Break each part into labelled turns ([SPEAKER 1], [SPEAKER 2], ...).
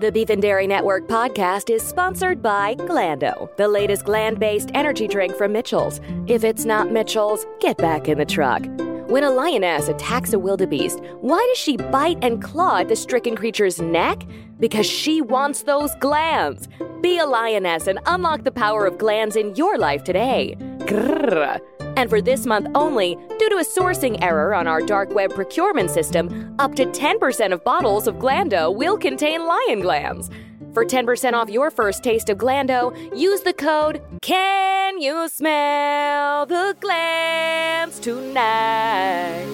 [SPEAKER 1] The Beef and Dairy Network podcast is sponsored by Glando, the latest gland based energy drink from Mitchell's. If it's not Mitchell's, get back in the truck. When a lioness attacks a wildebeest, why does she bite and claw at the stricken creature's neck? Because she wants those glands. Be a lioness and unlock the power of glands in your life today. Grrr. And for this month only, due to a sourcing error on our dark web procurement system, up to 10% of bottles of Glando will contain lion glands. For 10% off your first taste of Glando, use the code Can You Smell the Glands Tonight?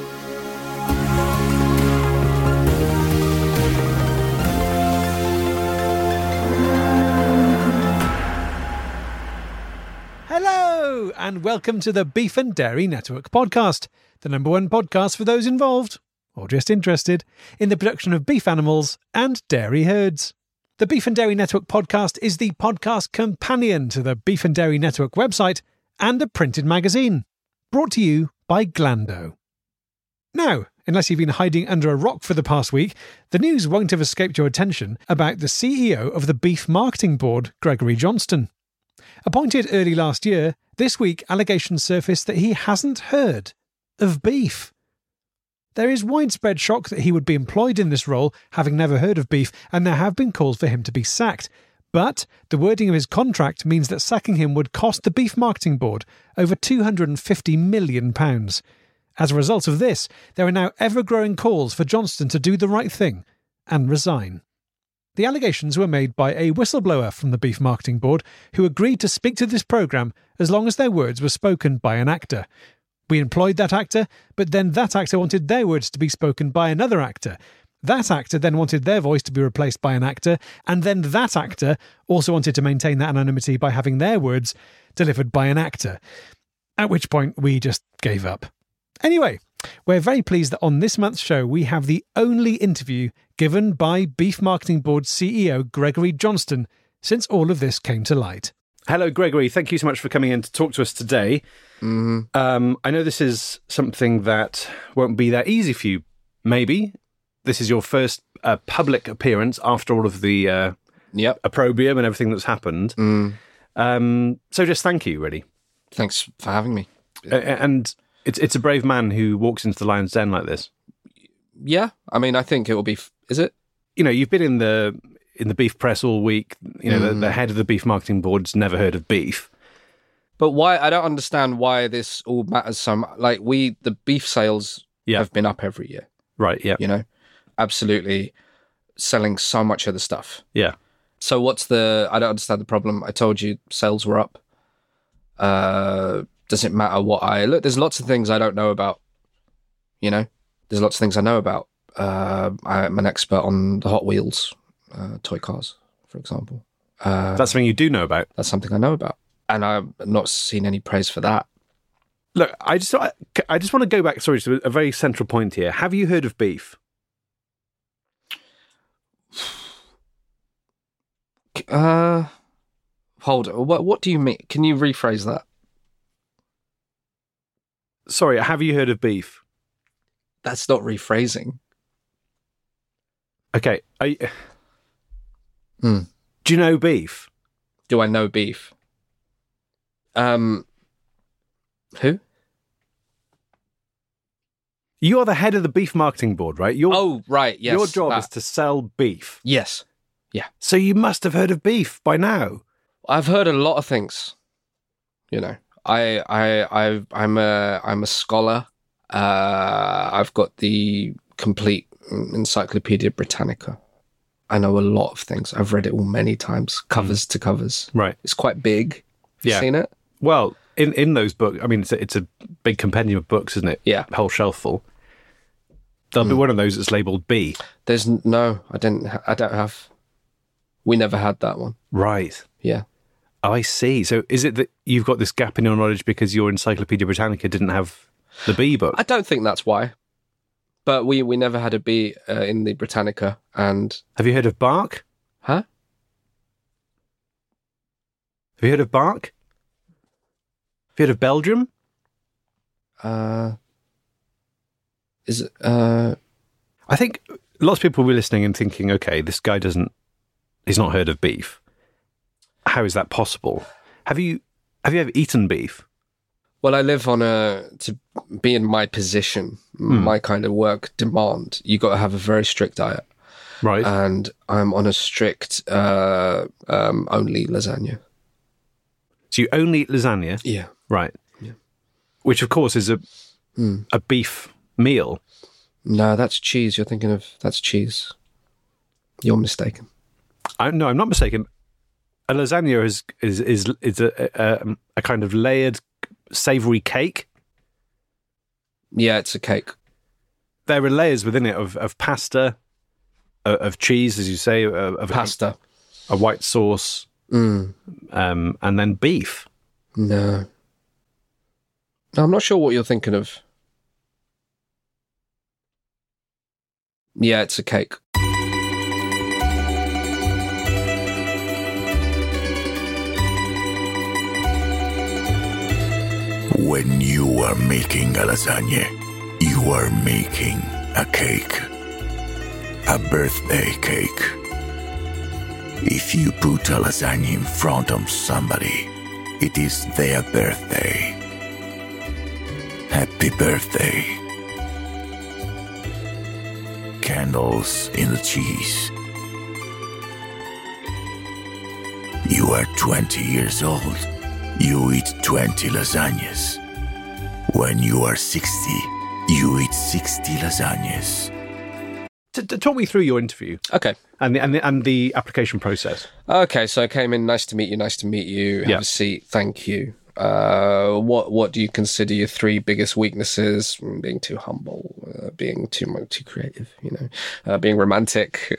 [SPEAKER 2] Hello, and welcome to the Beef and Dairy Network podcast, the number one podcast for those involved, or just interested, in the production of beef animals and dairy herds. The Beef and Dairy Network podcast is the podcast companion to the Beef and Dairy Network website and a printed magazine, brought to you by Glando. Now, unless you've been hiding under a rock for the past week, the news won't have escaped your attention about the CEO of the Beef Marketing Board, Gregory Johnston. Appointed early last year, this week allegations surfaced that he hasn't heard of beef. There is widespread shock that he would be employed in this role, having never heard of beef, and there have been calls for him to be sacked. But the wording of his contract means that sacking him would cost the Beef Marketing Board over £250 million. As a result of this, there are now ever growing calls for Johnston to do the right thing and resign. The allegations were made by a whistleblower from the Beef Marketing Board who agreed to speak to this programme as long as their words were spoken by an actor. We employed that actor, but then that actor wanted their words to be spoken by another actor. That actor then wanted their voice to be replaced by an actor, and then that actor also wanted to maintain that anonymity by having their words delivered by an actor. At which point, we just gave up. Anyway, we're very pleased that on this month's show we have the only interview given by Beef Marketing Board CEO Gregory Johnston since all of this came to light.
[SPEAKER 3] Hello, Gregory. Thank you so much for coming in to talk to us today. Um, I know this is something that won't be that easy for you, maybe. This is your first uh, public appearance after all of the uh,
[SPEAKER 4] Yep.
[SPEAKER 3] opprobrium and everything that's happened. Um, so just thank you, really.
[SPEAKER 4] Thanks for having me.
[SPEAKER 3] A- a- and it's, it's a brave man who walks into the lion's den like this.
[SPEAKER 4] Yeah. I mean, I think it will be. F- is it?
[SPEAKER 3] You know, you've been in the in the beef press all week. You know, the, the head of the beef marketing board's never heard of beef.
[SPEAKER 4] But why? I don't understand why this all matters so much. Like, we, the beef sales
[SPEAKER 3] Yeah.
[SPEAKER 4] have been up every year,
[SPEAKER 3] Right? Yeah.
[SPEAKER 4] you know? Absolutely selling so much other stuff.
[SPEAKER 3] Yeah.
[SPEAKER 4] So, what's the. I don't understand the problem. I told you sales were up. Uh, does it matter what I. Look, there's lots of things I don't know about, you know? There's lots of things I know about. Uh, I'm an expert on the Hot Wheels uh, toy cars, for example. Uh,
[SPEAKER 3] That's something you do know about.
[SPEAKER 4] That's something I know about. And I've not seen any praise for that.
[SPEAKER 3] Look, I just I, I just want to go back. Sorry, to a very central point here. Have you heard of beef?
[SPEAKER 4] Uh, hold on. What, what do you mean? Can you rephrase that?
[SPEAKER 3] Sorry, have you heard of beef?
[SPEAKER 4] That's not rephrasing.
[SPEAKER 3] Okay, are you-
[SPEAKER 4] Hmm.
[SPEAKER 3] do you know beef?
[SPEAKER 4] Do I know beef? Um, who?
[SPEAKER 3] You are the head of the beef marketing board, right? Your
[SPEAKER 4] Oh, right. Yes.
[SPEAKER 3] your job
[SPEAKER 4] that.
[SPEAKER 3] is to sell beef,
[SPEAKER 4] Yes.
[SPEAKER 3] so you must have heard of beef by now.
[SPEAKER 4] I've heard a lot of things. You know, I, I, I, I'm a, I'm a scholar. Uh, I've got the complete Encyclopedia Britannica. I know a lot of things. I've read it all many times, covers to covers.
[SPEAKER 3] Right.
[SPEAKER 4] It's quite big. Have you
[SPEAKER 3] Hmm. Yeah.
[SPEAKER 4] seen it?
[SPEAKER 3] Well, in in those books, I mean, it's a, it's a big compendium of books, isn't it?
[SPEAKER 4] Yeah.
[SPEAKER 3] whole shelf full. There'll be one of those that's labelled B.
[SPEAKER 4] There's n- no. I didn't. ha- I don't have. We never had that one.
[SPEAKER 3] Right.
[SPEAKER 4] Yeah.
[SPEAKER 3] Oh, I see. So is it that you've got this gap in your knowledge because your Encyclopedia Britannica didn't have the B book?
[SPEAKER 4] I don't think that's why. But we we never had a bee uh, in the Britannica, and
[SPEAKER 3] Have you heard of bark?
[SPEAKER 4] huh?
[SPEAKER 3] Have you heard of bark? Have you heard of Belgium?
[SPEAKER 4] Uh, is it? Uh,
[SPEAKER 3] I think lots of people will be listening and thinking, okay, this guy doesn't he's not heard of beef. How is that possible? Have you have you ever eaten beef?
[SPEAKER 4] Well, I live on a to be in my position, my kind of work demand. You got to have a very strict diet,
[SPEAKER 3] Right.
[SPEAKER 4] and I'm on a strict uh, um, only lasagna.
[SPEAKER 3] so you only eat lasagna,
[SPEAKER 4] Yeah, Hmm.
[SPEAKER 3] right? Which of course is a a beef meal.
[SPEAKER 4] no, that's cheese. You're thinking of that's cheese. You're mistaken.
[SPEAKER 3] I, no, I'm not mistaken. A lasagna is is is is a a, um, a kind of layered savory cake.
[SPEAKER 4] Yeah, it's a cake.
[SPEAKER 3] There are layers within it of of pasta, uh, of cheese, as you say, uh, of
[SPEAKER 4] Pasta.
[SPEAKER 3] a white sauce,
[SPEAKER 4] Mm,
[SPEAKER 3] um, and then beef.
[SPEAKER 4] no. No, I'm not sure what you're thinking of. Yeah, it's a cake.
[SPEAKER 5] When you are making a lasagna, you are making a cake. A birthday cake. If you put a lasagna in front of somebody, it is their birthday. Happy birthday. Candles in the cheese. You are 20 years old. You eat 20 lasagnas. When you are 60, you eat 60 lasagnas.
[SPEAKER 3] T- t- talk me through your interview
[SPEAKER 4] Okay.
[SPEAKER 3] and the, and the and the application process.
[SPEAKER 4] Okay, so I came in. Nice to meet you. Nice to meet you. Have
[SPEAKER 3] Yeah.
[SPEAKER 4] a seat. Thank you. Uh, what What do you consider your three biggest weaknesses? Mm, Being too humble, uh, being too mu- too creative, you know, uh, being romantic.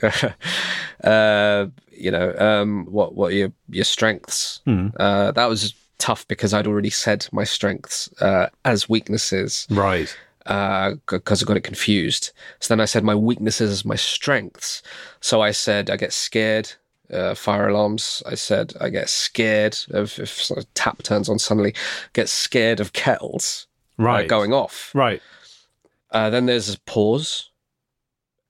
[SPEAKER 4] uh, you know, um, what what are your your strengths? Uh, that was tough because I'd already said my strengths uh, as weaknesses
[SPEAKER 3] Right.
[SPEAKER 4] because uh, I got it confused. So then I said my weaknesses as my strengths. So I said I get scared, uh, fire alarms. I said I get scared of if sort of tap turns on suddenly. Get scared of kettles uh,
[SPEAKER 3] Right.
[SPEAKER 4] going off.
[SPEAKER 3] Right.
[SPEAKER 4] Uh, then there's a pause,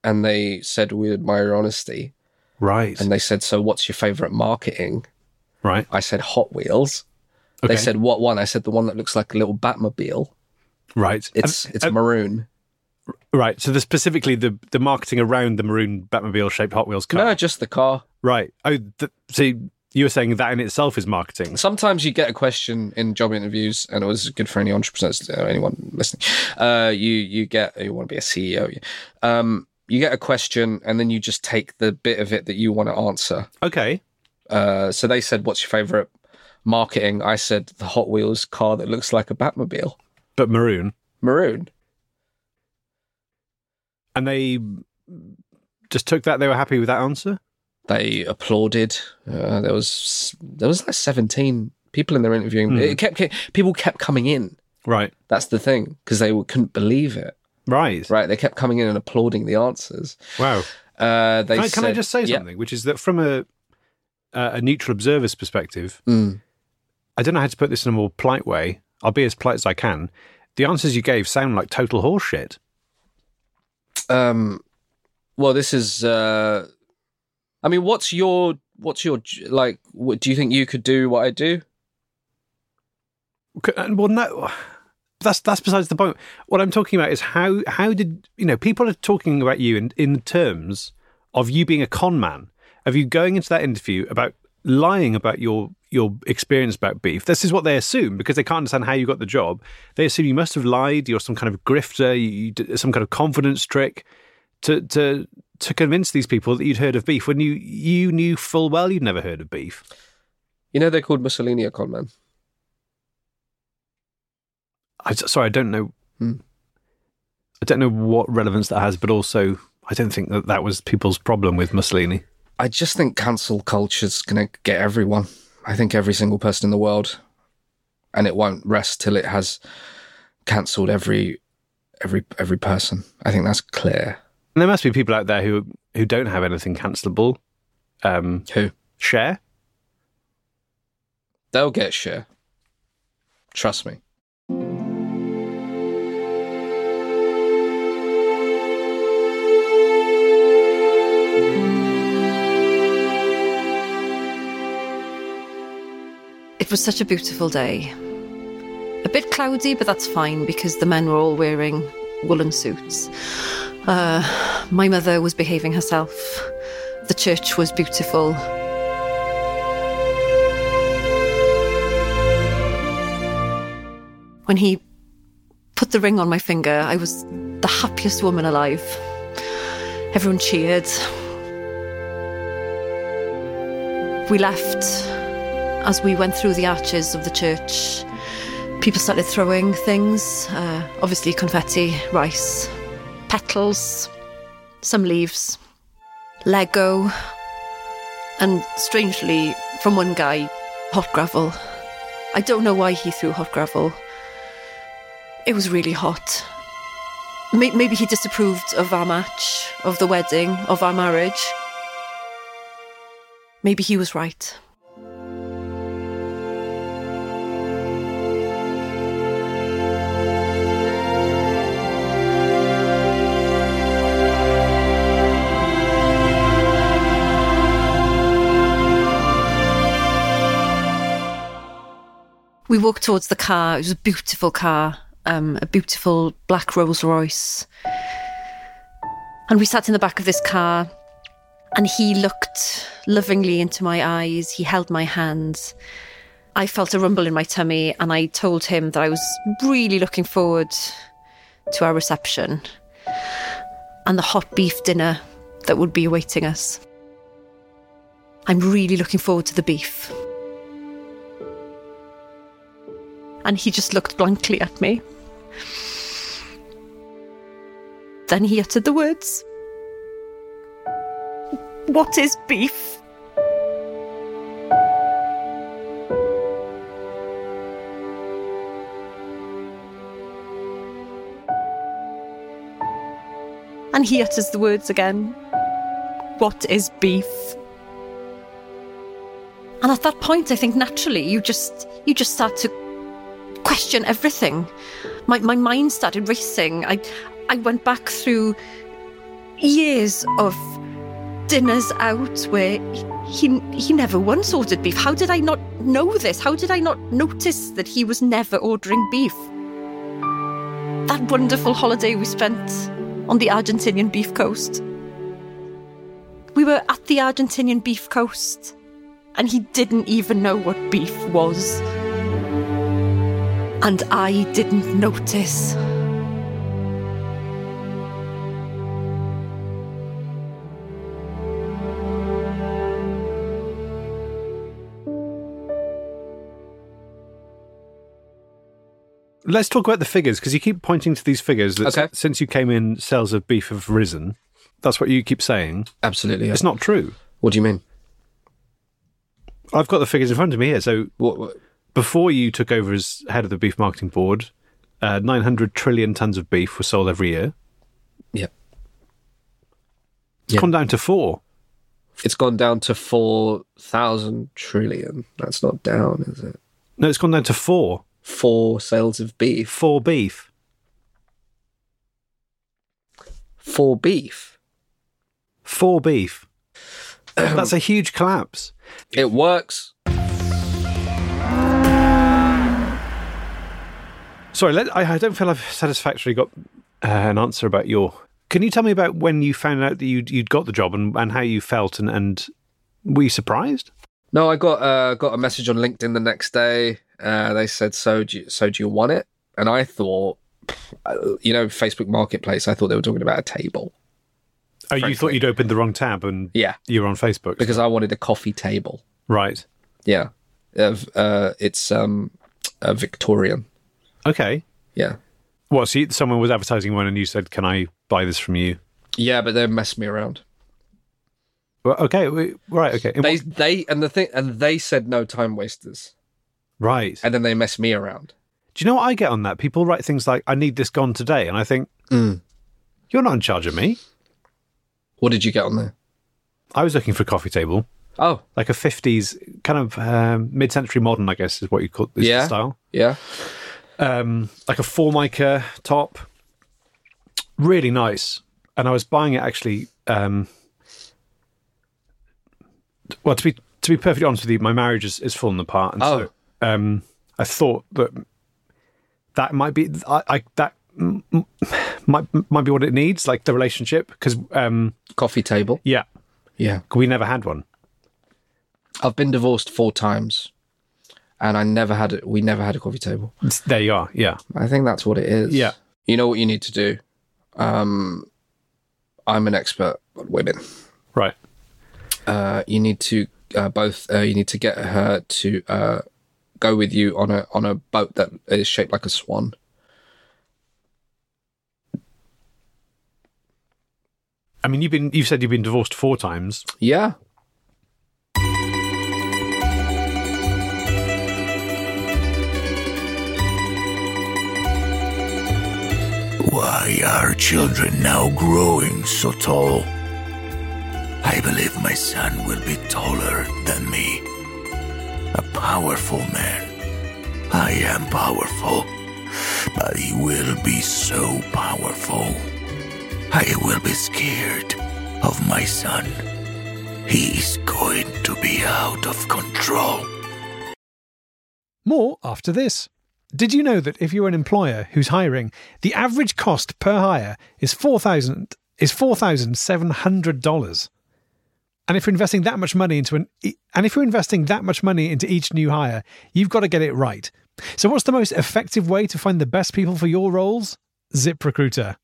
[SPEAKER 4] and they said we admire your honesty.
[SPEAKER 3] Right.
[SPEAKER 4] And they said so what's your favorite marketing?
[SPEAKER 3] right.
[SPEAKER 4] I said Hot Wheels.
[SPEAKER 3] Okay.
[SPEAKER 4] They said what one? I said the one that looks like a little Batmobile.
[SPEAKER 3] right.
[SPEAKER 4] It's
[SPEAKER 3] Um,
[SPEAKER 4] it's
[SPEAKER 3] uh,
[SPEAKER 4] maroon.
[SPEAKER 3] right. So the, specifically the the marketing around the maroon Batmobile shaped Hot Wheels car.
[SPEAKER 4] No, just the car.
[SPEAKER 3] Right. Oh, th- so you were saying that in itself is marketing.
[SPEAKER 4] sometimes you get a question in job interviews, and it was good for any entrepreneurs, uh, anyone listening. Uh, you you get you want to be a CEO. you- Um, you get a question, and then you just take the bit of it that you want to answer.
[SPEAKER 3] Okay.
[SPEAKER 4] Uh, so they said, "What's your favorite marketing?" I said, "The Hot Wheels car that looks like a Batmobile,
[SPEAKER 3] But maroon,
[SPEAKER 4] maroon."
[SPEAKER 3] and they just took that. They were happy with that answer.
[SPEAKER 4] They applauded. Uh, there was there was like seventeen people in there interviewing. It kept people kept coming in.
[SPEAKER 3] Right.
[SPEAKER 4] That's the thing because they couldn't believe it.
[SPEAKER 3] Right.
[SPEAKER 4] Right, they kept coming in and applauding the answers.
[SPEAKER 3] Wow.
[SPEAKER 4] Uh, they
[SPEAKER 3] Can I, can I
[SPEAKER 4] said-
[SPEAKER 3] just say
[SPEAKER 4] Yeah.
[SPEAKER 3] something, which is that from a uh, a neutral observer's perspective,
[SPEAKER 4] Mm.
[SPEAKER 3] I don't know how to put this in a more polite way. I'll be as polite as I can. The answers you gave sound like total horseshit.
[SPEAKER 4] Um, well, this is. Uh, I mean, what's your what's your j- like? What, do you think you could do what I do?
[SPEAKER 3] C- and, Well, no, that's that's besides the point. What I'm talking about is how how did you know people are talking about you in in terms of you being a con man, of you going into that interview about lying about your your experience about beef. This is what they assume because they can't understand how you got the job. They assume you must have lied. You're some kind of grifter. You, you did some kind of confidence trick to to to convince these people that you'd heard of beef when you you knew full well you'd never heard of beef.
[SPEAKER 4] You know, they called Mussolini a con man.
[SPEAKER 3] I, sorry, I don't know.
[SPEAKER 4] Hmm.
[SPEAKER 3] I don't know what relevance that has, but also I don't think that that was people's problem with Mussolini.
[SPEAKER 4] I just think cancel culture's gonna get everyone. I think every single person in the world, and it won't rest till it has cancelled every every every person. I think that's clear.
[SPEAKER 3] And there must be people out there who who don't have anything cancelable. Um,
[SPEAKER 4] Who
[SPEAKER 3] share.
[SPEAKER 4] they'll get share. Trust me.
[SPEAKER 6] It was such a beautiful day. A bit cloudy, but that's fine because the men were all wearing woolen suits. Uh, my mother was behaving herself. The church was beautiful. When he put the ring on my finger, I was the happiest woman alive. Everyone cheered. We left as we went through the arches of the church, people started throwing things uh, obviously, confetti, rice, petals, some leaves, Lego, and strangely, from one guy, hot gravel. I don't know why he threw hot gravel. It was really hot. May- Maybe he disapproved of our match, of the wedding, of our marriage. Maybe he was right. we walked towards the car. It was a beautiful car, um, a beautiful black Rolls Royce. And we sat in the back of this car, and he looked lovingly into my eyes. He held my hand. I felt a rumble in my tummy, and I told him that I was really looking forward to our reception and the hot beef dinner that would be awaiting us. I'm really looking forward to the beef. and he just looked blankly at me. Then he uttered the words What is beef? And he utters the words again What is beef? And at that point, I think naturally you just you just start to question everything. My, my mind started racing. I, I went back through years of dinners out where he, he never once ordered beef. How did I not know this? How did I not notice that he was never ordering beef? That wonderful holiday we spent on the Argentinian beef coast. We were at the Argentinian beef coast, and he didn't even know what beef was and I didn't notice.
[SPEAKER 3] Let's talk about the figures because you keep pointing to these figures that
[SPEAKER 4] Okay.
[SPEAKER 3] s- since you came in, sales of beef have risen. That's what you keep saying.
[SPEAKER 4] Absolutely. yeah.
[SPEAKER 3] It's not true.
[SPEAKER 4] What do you mean?
[SPEAKER 3] I've got the figures in front of me here. So
[SPEAKER 4] What, what?
[SPEAKER 3] before you took over as head of the beef marketing board, uh, 900 trillion tons of beef were sold every year.
[SPEAKER 4] Yeah.
[SPEAKER 3] It's
[SPEAKER 4] Yeah.
[SPEAKER 3] gone down to four.
[SPEAKER 4] It's gone down to 4,000 trillion. That's not down, is it?
[SPEAKER 3] No, it's gone down to four.
[SPEAKER 4] Four sales of beef.
[SPEAKER 3] Four beef.
[SPEAKER 4] Four beef.
[SPEAKER 3] Four beef. That's a huge collapse.
[SPEAKER 4] It works.
[SPEAKER 3] Sorry, let, I, I don't feel I've satisfactorily got uh, an answer about your. Can you tell me about when you found out that you'd, you'd got the job and, and how you felt and, and were you surprised?
[SPEAKER 4] No, I got uh, got a message on LinkedIn the next day. Uh, they said, "So do you, so do you want it?" And I thought, you know, Facebook Marketplace. I thought they were talking about a table
[SPEAKER 3] Oh, you thought
[SPEAKER 4] Frankly.
[SPEAKER 3] you'd opened the wrong tab and
[SPEAKER 4] Yeah.
[SPEAKER 3] you were on Facebook.
[SPEAKER 4] because I wanted a coffee table.
[SPEAKER 3] right.
[SPEAKER 4] Yeah, of uh, it's um, a Victorian.
[SPEAKER 3] Okay.
[SPEAKER 4] Yeah,
[SPEAKER 3] What? So you, someone was advertising one and you said, "Can I buy this from you?"
[SPEAKER 4] yeah, but they messed me around.
[SPEAKER 3] Well, okay. We, right. Okay. In
[SPEAKER 4] They
[SPEAKER 3] what-
[SPEAKER 4] they and the thing and they said no time wasters,
[SPEAKER 3] right.
[SPEAKER 4] and then they messed me around.
[SPEAKER 3] Uh, Do you know what I get on that? People write things like, "I need this gone today," and I think, Mm. "You're not in charge of me."
[SPEAKER 4] What did you get on there?
[SPEAKER 3] I was looking for a coffee table,
[SPEAKER 4] Oh,
[SPEAKER 3] like a '50s kind of um, mid-century modern, I guess is what you call this
[SPEAKER 4] Yeah.
[SPEAKER 3] style,
[SPEAKER 4] yeah.
[SPEAKER 3] um, like a formica top, really nice. And I was buying it actually. Um, well, to be to be perfectly honest with you, my marriage is, is falling apart, and
[SPEAKER 4] Oh,
[SPEAKER 3] so um, I thought that that might be I, I that mm, mm, might might be what it needs, like the relationship, because um,
[SPEAKER 4] Coffee table.
[SPEAKER 3] yeah,
[SPEAKER 4] Yeah.
[SPEAKER 3] we never had one.
[SPEAKER 4] I've been divorced four times, and I never had it. We never had a coffee table.
[SPEAKER 3] It's- There you are. Yeah,
[SPEAKER 4] I think that's what it is.
[SPEAKER 3] Yeah.
[SPEAKER 4] You know what you need to do. Um, I'm an expert on women.
[SPEAKER 3] right.
[SPEAKER 4] Uh, you need to uh, both. Uh, you need to get her to uh, go with you on a on a boat that is shaped like a swan.
[SPEAKER 3] I mean, you've been you've said you've been divorced four times.
[SPEAKER 4] Yeah.
[SPEAKER 5] Why are children now growing so tall? I believe my son will be taller than me. A powerful man. I am powerful, but he will be so powerful. I will be scared of my son. He is going to be out of control.
[SPEAKER 2] More after this. Did you know that if you're an employer who's hiring, the average cost per hire is four thousand is four thousand seven hundred dollars? And if you're investing that much money into an e- and if you're investing that much money into each new hire, you've got to get it right. So what's the most effective way to find the best people for your roles? ZipRecruiter.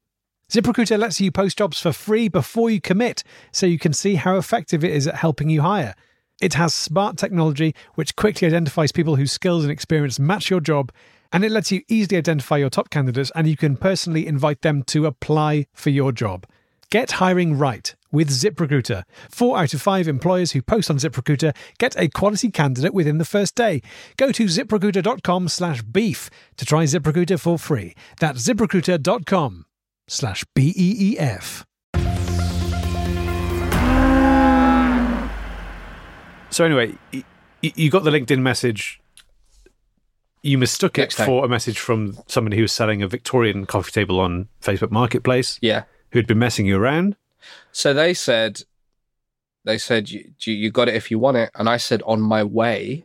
[SPEAKER 2] ZipRecruiter lets you post jobs for free before you commit so you can see how effective it is at helping you hire. It has smart technology which quickly identifies people whose skills and experience match your job, and it lets you easily identify your top candidates and you can personally invite them to apply for your job. Get hiring right with ZipRecruiter. Four out of five employers who post on ZipRecruiter get a quality candidate within the first day. Go to ziprecruiter.com slash beef to try ZipRecruiter for free. That's ziprecruiter.com slash B-E-E-F.
[SPEAKER 3] So anyway, y- y- you got the LinkedIn message. You mistook it
[SPEAKER 4] Next time.
[SPEAKER 3] for a message from somebody who was selling a Victorian coffee table on Facebook Marketplace,
[SPEAKER 4] Yeah.
[SPEAKER 3] who had been messing you around.
[SPEAKER 4] So they said, they said you you- you got it if you want it, and I said on my way,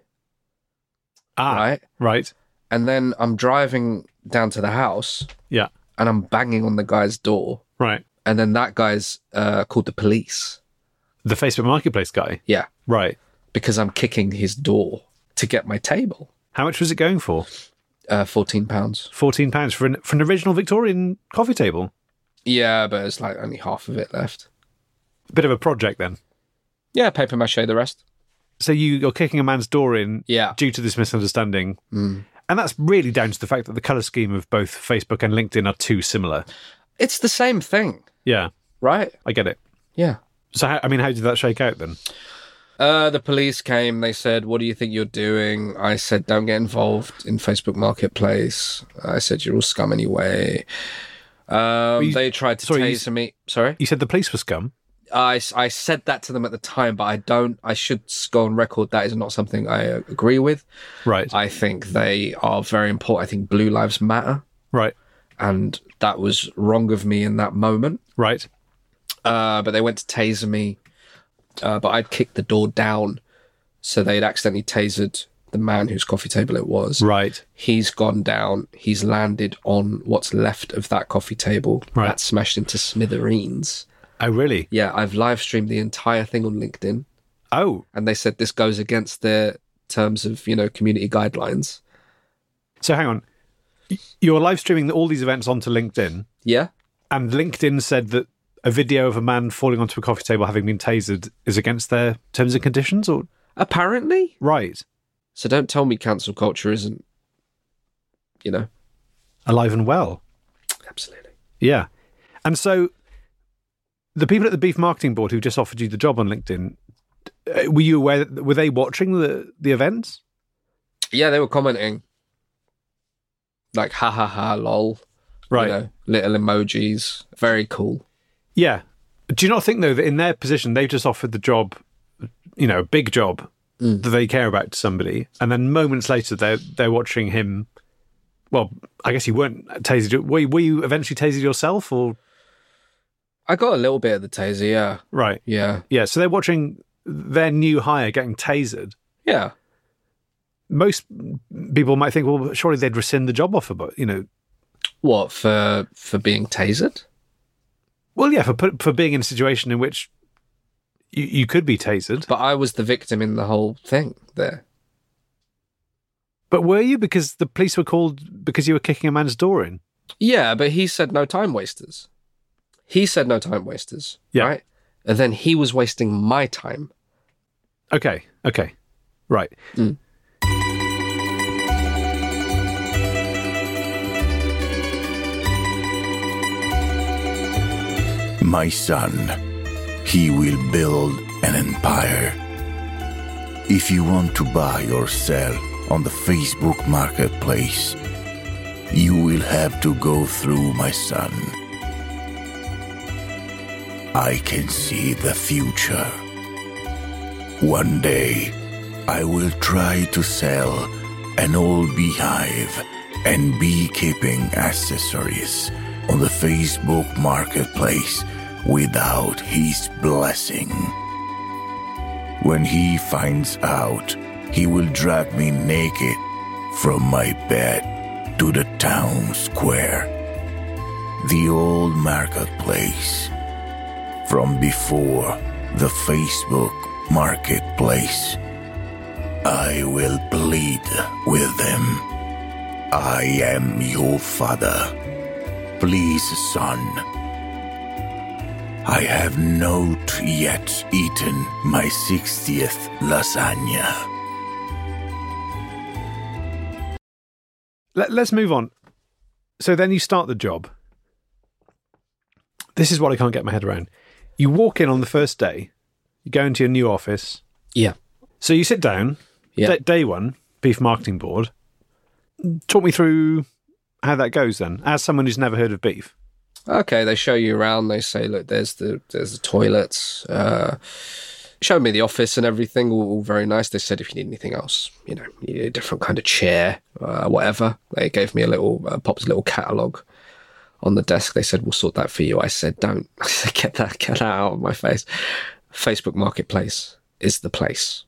[SPEAKER 3] Ah,
[SPEAKER 4] right?
[SPEAKER 3] right,
[SPEAKER 4] And then I'm driving down to the house,
[SPEAKER 3] yeah,
[SPEAKER 4] and I'm banging on the guy's door,
[SPEAKER 3] right.
[SPEAKER 4] and then that guy's uh, called the police.
[SPEAKER 3] The Facebook Marketplace guy,
[SPEAKER 4] Yeah,
[SPEAKER 3] right?
[SPEAKER 4] because I'm kicking his door to get my table.
[SPEAKER 3] How much was it going for?
[SPEAKER 4] Uh, Fourteen pounds.
[SPEAKER 3] Fourteen pounds for an for an original Victorian coffee table.
[SPEAKER 4] Yeah, but it's like only half of it left.
[SPEAKER 3] Bit of a project then.
[SPEAKER 4] Yeah, paper mache the rest.
[SPEAKER 3] So you, you're kicking a man's door in
[SPEAKER 4] Yeah.
[SPEAKER 3] due to this misunderstanding. And that's really down to the fact that the colour scheme of both Facebook and LinkedIn are too similar.
[SPEAKER 4] It's the same thing,
[SPEAKER 3] Yeah,
[SPEAKER 4] right?
[SPEAKER 3] I get it.
[SPEAKER 4] Yeah.
[SPEAKER 3] So, how, I mean, how did that shake out then?
[SPEAKER 4] Uh, the police came. They said, "What do you think you're doing?" I said, "Don't get involved in Facebook Marketplace." I said, "You're all scum anyway." Um,
[SPEAKER 3] you-
[SPEAKER 4] they tried to
[SPEAKER 3] sorry, you
[SPEAKER 4] taser me. Sorry,
[SPEAKER 3] You said the police were scum.
[SPEAKER 4] I, s- I said that to them at the time, but I don't. I should s- go on record. That is not something I uh, agree with.
[SPEAKER 3] Right,
[SPEAKER 4] I think they are very important. I think Blue Lives Matter,
[SPEAKER 3] right,
[SPEAKER 4] and that was wrong of me in that moment.
[SPEAKER 3] right.
[SPEAKER 4] uh, but they went to taser me. Uh, but I'd kicked the door down, so they'd accidentally tasered the man whose coffee table it was.
[SPEAKER 3] Right.
[SPEAKER 4] He's gone down. He's landed on what's left of that coffee table.
[SPEAKER 3] Right.
[SPEAKER 4] That's smashed into smithereens.
[SPEAKER 3] Oh, really?
[SPEAKER 4] Yeah, I've live streamed the entire thing on LinkedIn,
[SPEAKER 3] Oh,
[SPEAKER 4] and they said this goes against their terms of you know community guidelines.
[SPEAKER 3] so hang on. Y- You're live streaming all these events onto LinkedIn,
[SPEAKER 4] Yeah,
[SPEAKER 3] and LinkedIn said that a video of a man falling onto a coffee table having been tasered is against their terms and conditions, or
[SPEAKER 4] apparently.
[SPEAKER 3] right?
[SPEAKER 4] So don't tell me cancel culture isn't, you know,
[SPEAKER 3] Alive and well.
[SPEAKER 4] absolutely.
[SPEAKER 3] Yeah. And so the people at the Beef Marketing Board who just offered you the job on LinkedIn, uh, were you aware, that, were they watching the, the events?
[SPEAKER 4] Yeah, they were commenting like ha ha ha lol, you know, little emojis, very cool.
[SPEAKER 3] Yeah. Do you not think, though, that in their position, they've just offered the job, you know, a big job that they care about to somebody. And then moments later, they're, they're watching him. Well, I guess you weren't tasered. Were you, were you eventually tasered yourself or?
[SPEAKER 4] I got a little bit of the taser, yeah,
[SPEAKER 3] Right.
[SPEAKER 4] yeah,
[SPEAKER 3] Yeah. So they're watching their new hire getting tasered.
[SPEAKER 4] yeah.
[SPEAKER 3] most people might think, well, surely they'd rescind the job offer, but you know,
[SPEAKER 4] What for? For being tasered?
[SPEAKER 3] well, yeah, for put, for being in a situation in which you, you could be tasered,
[SPEAKER 4] But I was the victim in the whole thing. There.
[SPEAKER 3] but were you because the police were called because you were kicking a man's door in?
[SPEAKER 4] Yeah, but he said no time wasters. He said no time wasters.
[SPEAKER 3] Yeah.
[SPEAKER 4] Right. And then he was wasting my time.
[SPEAKER 3] Okay, okay, right.
[SPEAKER 4] Mm.
[SPEAKER 5] My son, he will build an empire. If you want to buy or sell on the Facebook marketplace, you will have to go through my son. I can see the future. One day, I will try to sell an old beehive and beekeeping accessories on the Facebook marketplace without his blessing. When he finds out, he will drag me naked from my bed to the town square. The old marketplace. From before the Facebook marketplace. I will plead with them. I am your father. Please, son. I have not yet eaten my 60th lasagna.
[SPEAKER 3] Let, let's move on. So then you start the job. This is what I can't get my head around. You walk in on the first day, you go into your new office.
[SPEAKER 4] Yeah.
[SPEAKER 3] So you sit down,
[SPEAKER 4] Yeah.
[SPEAKER 3] da- day one, Beef Marketing Board. Talk me through how that goes then, as someone who's never heard of beef.
[SPEAKER 4] okay they show you around they say look there's the there's the toilets uh showed me the office and everything all, all very nice they said if you need anything else you know you need a different kind of chair uh, whatever they gave me a little uh, pop's little catalog on the desk they said we'll sort that for you i said don't I said, get that get that out of my face facebook marketplace is the place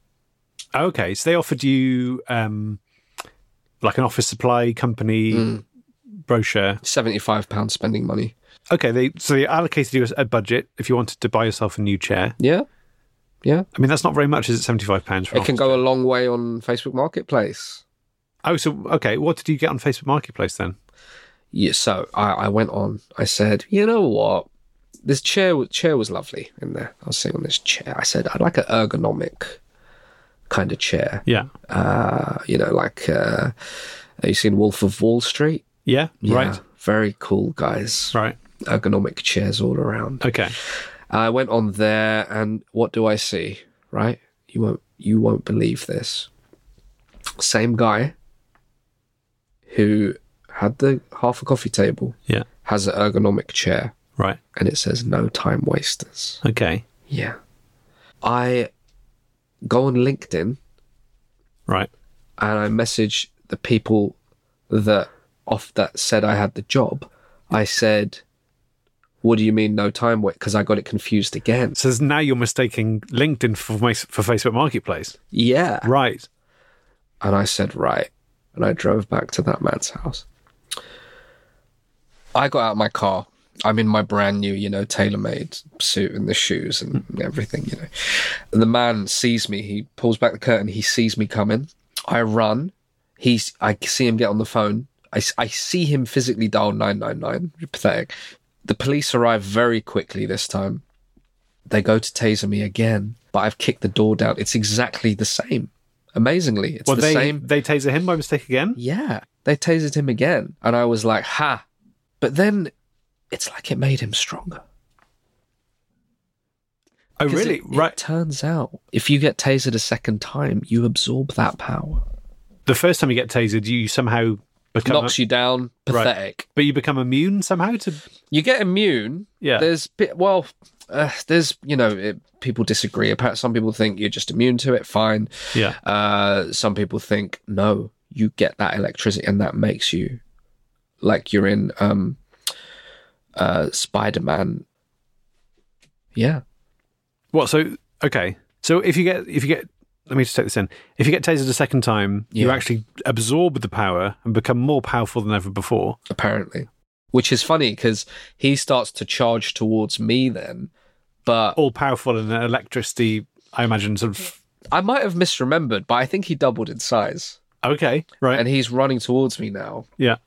[SPEAKER 3] Okay, so they offered you um, like an office supply company
[SPEAKER 4] Mm.
[SPEAKER 3] brochure.
[SPEAKER 4] 75 pounds spending money
[SPEAKER 3] Okay, they so they allocated you a budget if you wanted to buy yourself a new chair.
[SPEAKER 4] yeah yeah
[SPEAKER 3] I mean, that's not very much, is it? Seventy-five pounds for an
[SPEAKER 4] it can
[SPEAKER 3] office
[SPEAKER 4] go a long way on facebook marketplace
[SPEAKER 3] Oh, so okay. What did you get on Facebook Marketplace then?
[SPEAKER 4] yeah, so I, I went on. I said, you know what? This chair w- chair was lovely in there. I was sitting on this chair. I said, I'd like an ergonomic kind of chair.
[SPEAKER 3] Yeah,
[SPEAKER 4] Uh, you know, like uh, have you seen Wolf of Wall Street?
[SPEAKER 3] yeah, right,
[SPEAKER 4] Yeah, Very cool guys.
[SPEAKER 3] right.
[SPEAKER 4] Ergonomic chairs all around.
[SPEAKER 3] Okay,
[SPEAKER 4] I went on there, and what do I see? Right? You won't you won't believe this. Same guy who had the half a coffee table
[SPEAKER 3] yeah,
[SPEAKER 4] has an ergonomic chair
[SPEAKER 3] right,
[SPEAKER 4] and it says no time wasters.
[SPEAKER 3] okay,
[SPEAKER 4] Yeah. I go on LinkedIn
[SPEAKER 3] right,
[SPEAKER 4] and I message the people that off that said I had the job. I said, "What do you mean no time wait?" Because I got it confused again.
[SPEAKER 3] So there's- now you're mistaking LinkedIn for my- for Facebook Marketplace,
[SPEAKER 4] Yeah.
[SPEAKER 3] right?
[SPEAKER 4] And I said, right. And I drove back to that man's house. I got out of my car. I'm in my brand new, you know, tailor made suit and the shoes and
[SPEAKER 3] Hmm.
[SPEAKER 4] everything, you know. And the man sees me. He pulls back the curtain. He sees me coming. I run. He's, I see him get on the phone. I, s- I see him physically dial 999. Pathetic. The police arrive very quickly this time. They go to taser me again, but I've kicked the door down. It's exactly the same. Amazingly, it's
[SPEAKER 3] well,
[SPEAKER 4] the
[SPEAKER 3] they
[SPEAKER 4] same.
[SPEAKER 3] they taser him by mistake again.
[SPEAKER 4] Yeah, they tasered him again. And I was like, ha. But then it's like it made him stronger.
[SPEAKER 3] Oh,
[SPEAKER 4] 'Cause
[SPEAKER 3] really?
[SPEAKER 4] It, it
[SPEAKER 3] right.
[SPEAKER 4] turns out if you get tasered a second time, you absorb that power.
[SPEAKER 3] The first time you get tasered, you somehow become
[SPEAKER 4] Knocks you down. Pathetic.
[SPEAKER 3] but you become immune somehow to.
[SPEAKER 4] You get immune.
[SPEAKER 3] Yeah.
[SPEAKER 4] There's, bi- well, uh, there's, you know, it, people disagree. Apparently, some people think you're just immune to it. Fine.
[SPEAKER 3] Yeah,
[SPEAKER 4] Uh, some people think, no, you get that electricity and that makes you like you're in um, uh, Spider Man. Yeah.
[SPEAKER 3] What? So okay. So if you get if you get let me just take this in. If you get tasered a second time, you
[SPEAKER 4] Yeah.
[SPEAKER 3] actually absorb the power and become more powerful than ever before.
[SPEAKER 4] apparently. Which is funny because he starts to charge towards me then, but
[SPEAKER 3] All powerful and electricity, I imagine, sort of.
[SPEAKER 4] I might have misremembered, but I think he doubled in size
[SPEAKER 3] Okay, right.
[SPEAKER 4] and he's running towards me now.
[SPEAKER 3] yeah,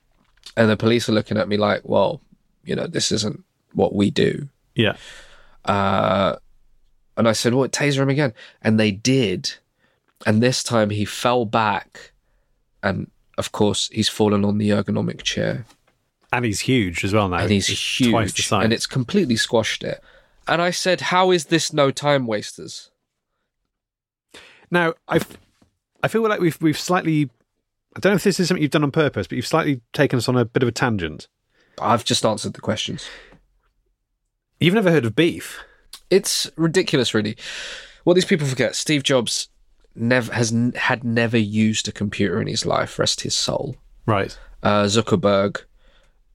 [SPEAKER 4] And the police are looking at me like, well, you know, this isn't what we do.
[SPEAKER 3] yeah.
[SPEAKER 4] Uh, and I said, well, taser him again. And they did. And this time he fell back. And of course, he's fallen on the ergonomic chair.
[SPEAKER 3] And he's huge as well now.
[SPEAKER 4] and he's huge
[SPEAKER 3] Twice the size.
[SPEAKER 4] and it's completely squashed it and i said how is this no time wasters
[SPEAKER 3] Now, I, I feel like we've we've slightly. I don't know if this is something you've done on purpose, but you've slightly taken us on a bit of a tangent.
[SPEAKER 4] i've just answered the questions
[SPEAKER 3] You've never heard of beef?
[SPEAKER 4] it's ridiculous really what these people forget steve jobs never has n- had never used a computer in his life rest his soul
[SPEAKER 3] Right.
[SPEAKER 4] uh, zuckerberg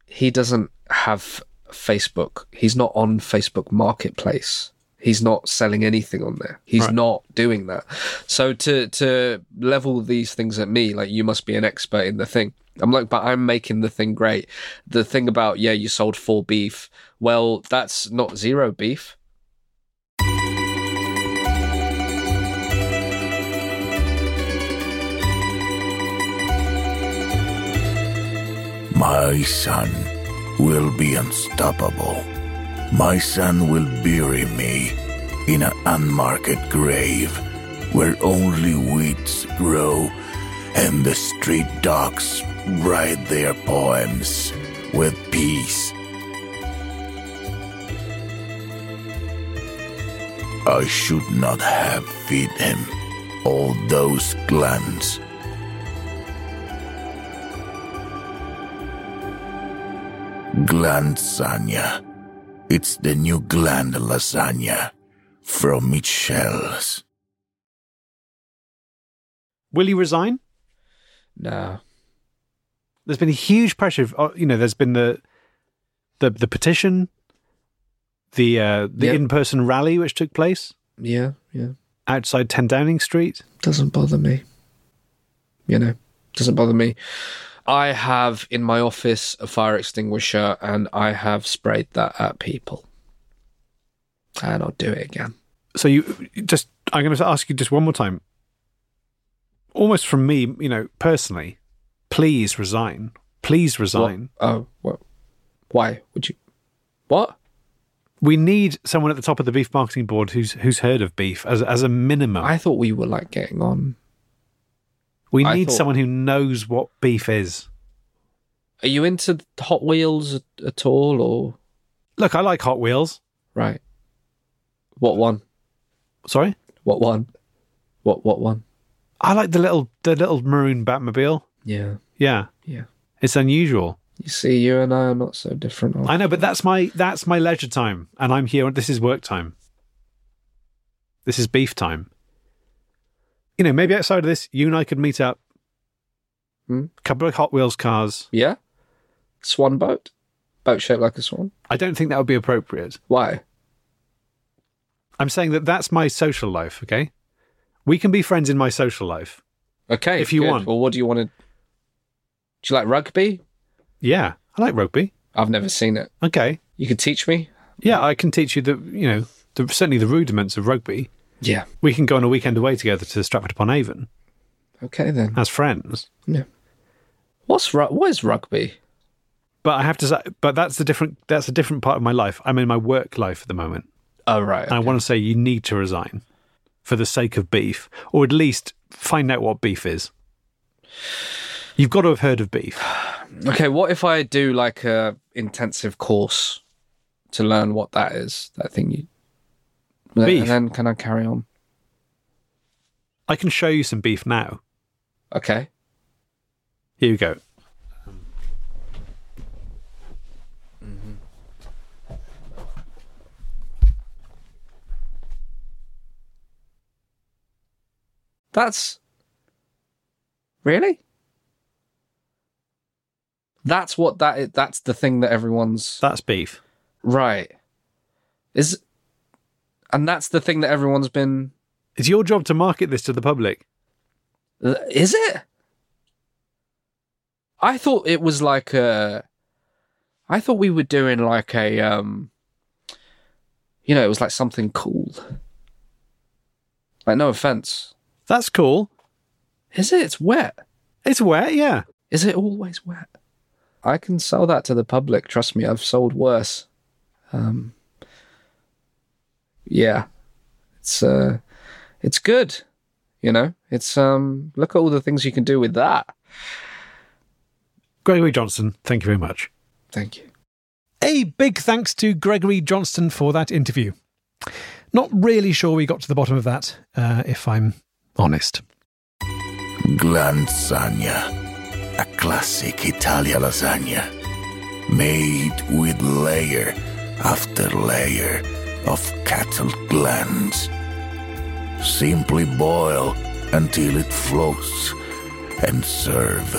[SPEAKER 4] he doesn't have facebook he's not on facebook marketplace he's not selling anything on there he's
[SPEAKER 3] Right.
[SPEAKER 4] not doing that so to to level these things at me like you must be an expert in the thing i'm like but i'm making the thing great the thing about yeah you sold four beef well that's not zero beef
[SPEAKER 5] My son will be unstoppable. My son will bury me in an unmarked grave where only weeds grow and the street dogs write their poems with peace. I should not have fed him all those glands. Gland lasagna. It's the new gland lasagna from Michelle's.
[SPEAKER 3] Will you resign?
[SPEAKER 4] nah
[SPEAKER 3] There's been a huge pressure. Of, uh, you know, there's been the the the petition, the uh, the
[SPEAKER 4] Yep.
[SPEAKER 3] in person rally which took place
[SPEAKER 4] yeah yeah
[SPEAKER 3] outside Ten Downing Street.
[SPEAKER 4] doesn't bother me. You know, doesn't bother me. I have in my office a fire extinguisher and I have sprayed that at people. And I'll do it again.
[SPEAKER 3] So you just, I'm going to ask you just one more time. Almost from me, you know, personally, please resign. Please resign.
[SPEAKER 4] What? Oh, well, why would you? What?
[SPEAKER 3] we need someone at the top of the beef marketing board who's who's heard of beef as as a minimum.
[SPEAKER 4] I thought we were like getting on.
[SPEAKER 3] we
[SPEAKER 4] I
[SPEAKER 3] need
[SPEAKER 4] thought-
[SPEAKER 3] someone who knows what beef is.
[SPEAKER 4] Are you into Hot Wheels at- at all or?
[SPEAKER 3] Look, I like Hot Wheels.
[SPEAKER 4] Right. What one?
[SPEAKER 3] Sorry,
[SPEAKER 4] What one? What, what one?
[SPEAKER 3] I like the little the little maroon Batmobile.
[SPEAKER 4] Yeah.
[SPEAKER 3] Yeah,
[SPEAKER 4] Yeah.
[SPEAKER 3] it's unusual.
[SPEAKER 4] You see, you and I are not so different. are
[SPEAKER 3] I know, but that's my that's my leisure time, and I'm here. This is work time. This is beef time. You know, maybe outside of this, you and I could meet up.
[SPEAKER 4] Hmm.
[SPEAKER 3] Couple of Hot Wheels cars.
[SPEAKER 4] Yeah? Swan boat? Boat shaped like a swan?
[SPEAKER 3] I don't think that would be appropriate.
[SPEAKER 4] Why?
[SPEAKER 3] I'm saying that that's my social life, okay? We can be friends in my social life.
[SPEAKER 4] Okay.
[SPEAKER 3] If you
[SPEAKER 4] good.
[SPEAKER 3] want.
[SPEAKER 4] Well, what do you want to. Do you like rugby?
[SPEAKER 3] Yeah, I like rugby.
[SPEAKER 4] I've never seen it.
[SPEAKER 3] Okay.
[SPEAKER 4] You could teach me?
[SPEAKER 3] Yeah, I can teach you the, you know, the, certainly the rudiments of rugby.
[SPEAKER 4] Yeah.
[SPEAKER 3] We can go on a weekend away together to Stratford upon Avon
[SPEAKER 4] Okay then.
[SPEAKER 3] as friends.
[SPEAKER 4] Yeah. What's ru- what is rugby?
[SPEAKER 3] But I have to say, but that's a different that's a different part of my life. I'm in my work life at the moment.
[SPEAKER 4] Oh right.
[SPEAKER 3] And I want to say you need to resign for the sake of beef, or at least find out what beef is. You've got to have heard of beef.
[SPEAKER 4] Okay. What if I do like a intensive course to learn what that is? That thing you. Then-
[SPEAKER 3] Beef.
[SPEAKER 4] And then can I carry on?
[SPEAKER 3] I can show you some beef now.
[SPEAKER 4] Okay.
[SPEAKER 3] Here you go.
[SPEAKER 4] That's really. That's what that is. That's the thing that everyone's
[SPEAKER 3] That's beef.
[SPEAKER 4] right. Is and that's the thing that everyone's been
[SPEAKER 3] It's your job to market this to the public.
[SPEAKER 4] L- Is it? I thought it was like a. I thought we were doing like a. um You know, it was like something cool. Like no offense,
[SPEAKER 3] That's cool.
[SPEAKER 4] is it? It's wet.
[SPEAKER 3] It's wet, yeah.
[SPEAKER 4] Is it always wet? I can sell that to the public. Trust me, I've sold worse. Um. Yeah, it's uh, it's good. You know, it's um. Look at all the things you can do with that.
[SPEAKER 3] Gregory Johnson, thank you very much.
[SPEAKER 4] Thank you.
[SPEAKER 3] A big thanks to Gregory Johnston for that interview. Not really sure we got to the bottom of that, uh, if I'm honest.
[SPEAKER 5] Glanzagna, a classic Italian lasagna, made with layer after layer of cattle glands. Simply boil until it floats and serve.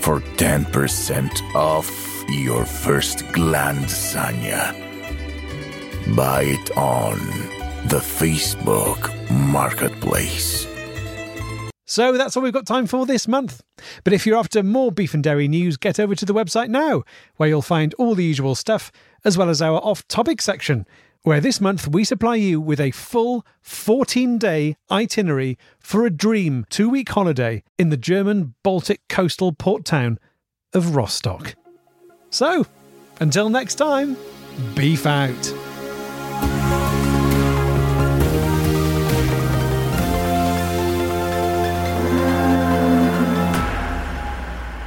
[SPEAKER 5] For 10% off your first glanzagna, buy it on the Facebook Marketplace.
[SPEAKER 3] So that's all we've got time for this month. But if you're after more beef and dairy news, get over to the website now, where you'll find all the usual stuff, as well as our off topic section, where this month we supply you with a full 14 day itinerary for a dream two week holiday in the German Baltic coastal port town of Rostock. So, until next time, beef out.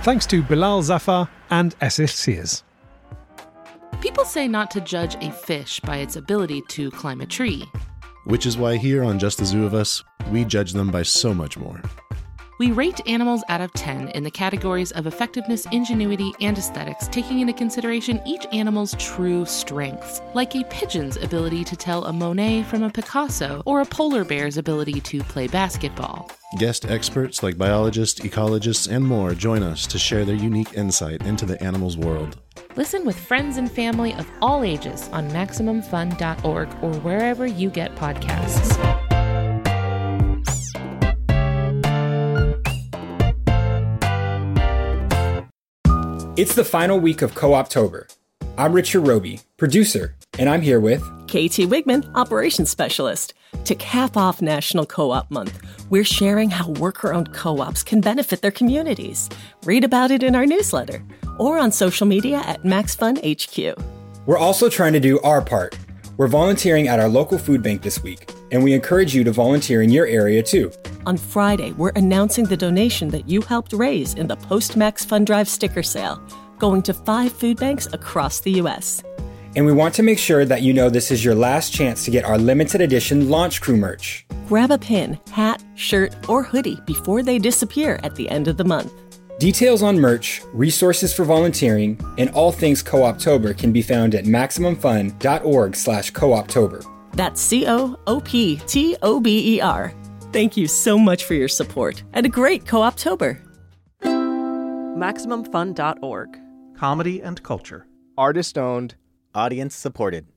[SPEAKER 3] Thanks to Bilal Zafar and Essis Sears.
[SPEAKER 7] People say not to judge a fish by its ability to climb a tree.
[SPEAKER 8] Which is why here on Just the Zoo of Us, we judge them by so much more.
[SPEAKER 7] We rate animals out of 10 in the categories of effectiveness, ingenuity, and aesthetics, taking into consideration each animal's true strengths, like a pigeon's ability to tell a Monet from a Picasso or a polar bear's ability to play basketball.
[SPEAKER 8] Guest experts like biologists, ecologists, and more join us to share their unique insight into the animal's world.
[SPEAKER 7] Listen with friends and family of all ages on MaximumFun.org or wherever you get podcasts.
[SPEAKER 9] It's the final week of Co-Optober. I'm Richard Roby, producer, and I'm here with
[SPEAKER 6] Katie Wigman, Operations Specialist. To cap off National Co op Month, we're sharing how worker owned co ops can benefit their communities. Read about it in our newsletter or on social media at MaxFunHQ.
[SPEAKER 9] We're also trying to do our part. We're volunteering at our local food bank this week, and we encourage you to volunteer in your area too.
[SPEAKER 6] On Friday, we're announcing the donation that you helped raise in the Post Max Fund Drive sticker sale, going to five food banks across the U.S.
[SPEAKER 9] And we want to make sure that you know this is your last chance to get our limited edition launch crew merch.
[SPEAKER 6] Grab a pin, hat, shirt, or hoodie before they disappear at the end of the month.
[SPEAKER 9] Details on merch, resources for volunteering, and all things Co-Optober can be found at maximumfun.org/cooptober.
[SPEAKER 6] That's C O O P T O B E R. Thank you so much for your support and a great co optober.
[SPEAKER 10] MaximumFun.org.
[SPEAKER 11] comedy and culture.
[SPEAKER 12] Artist owned, audience supported.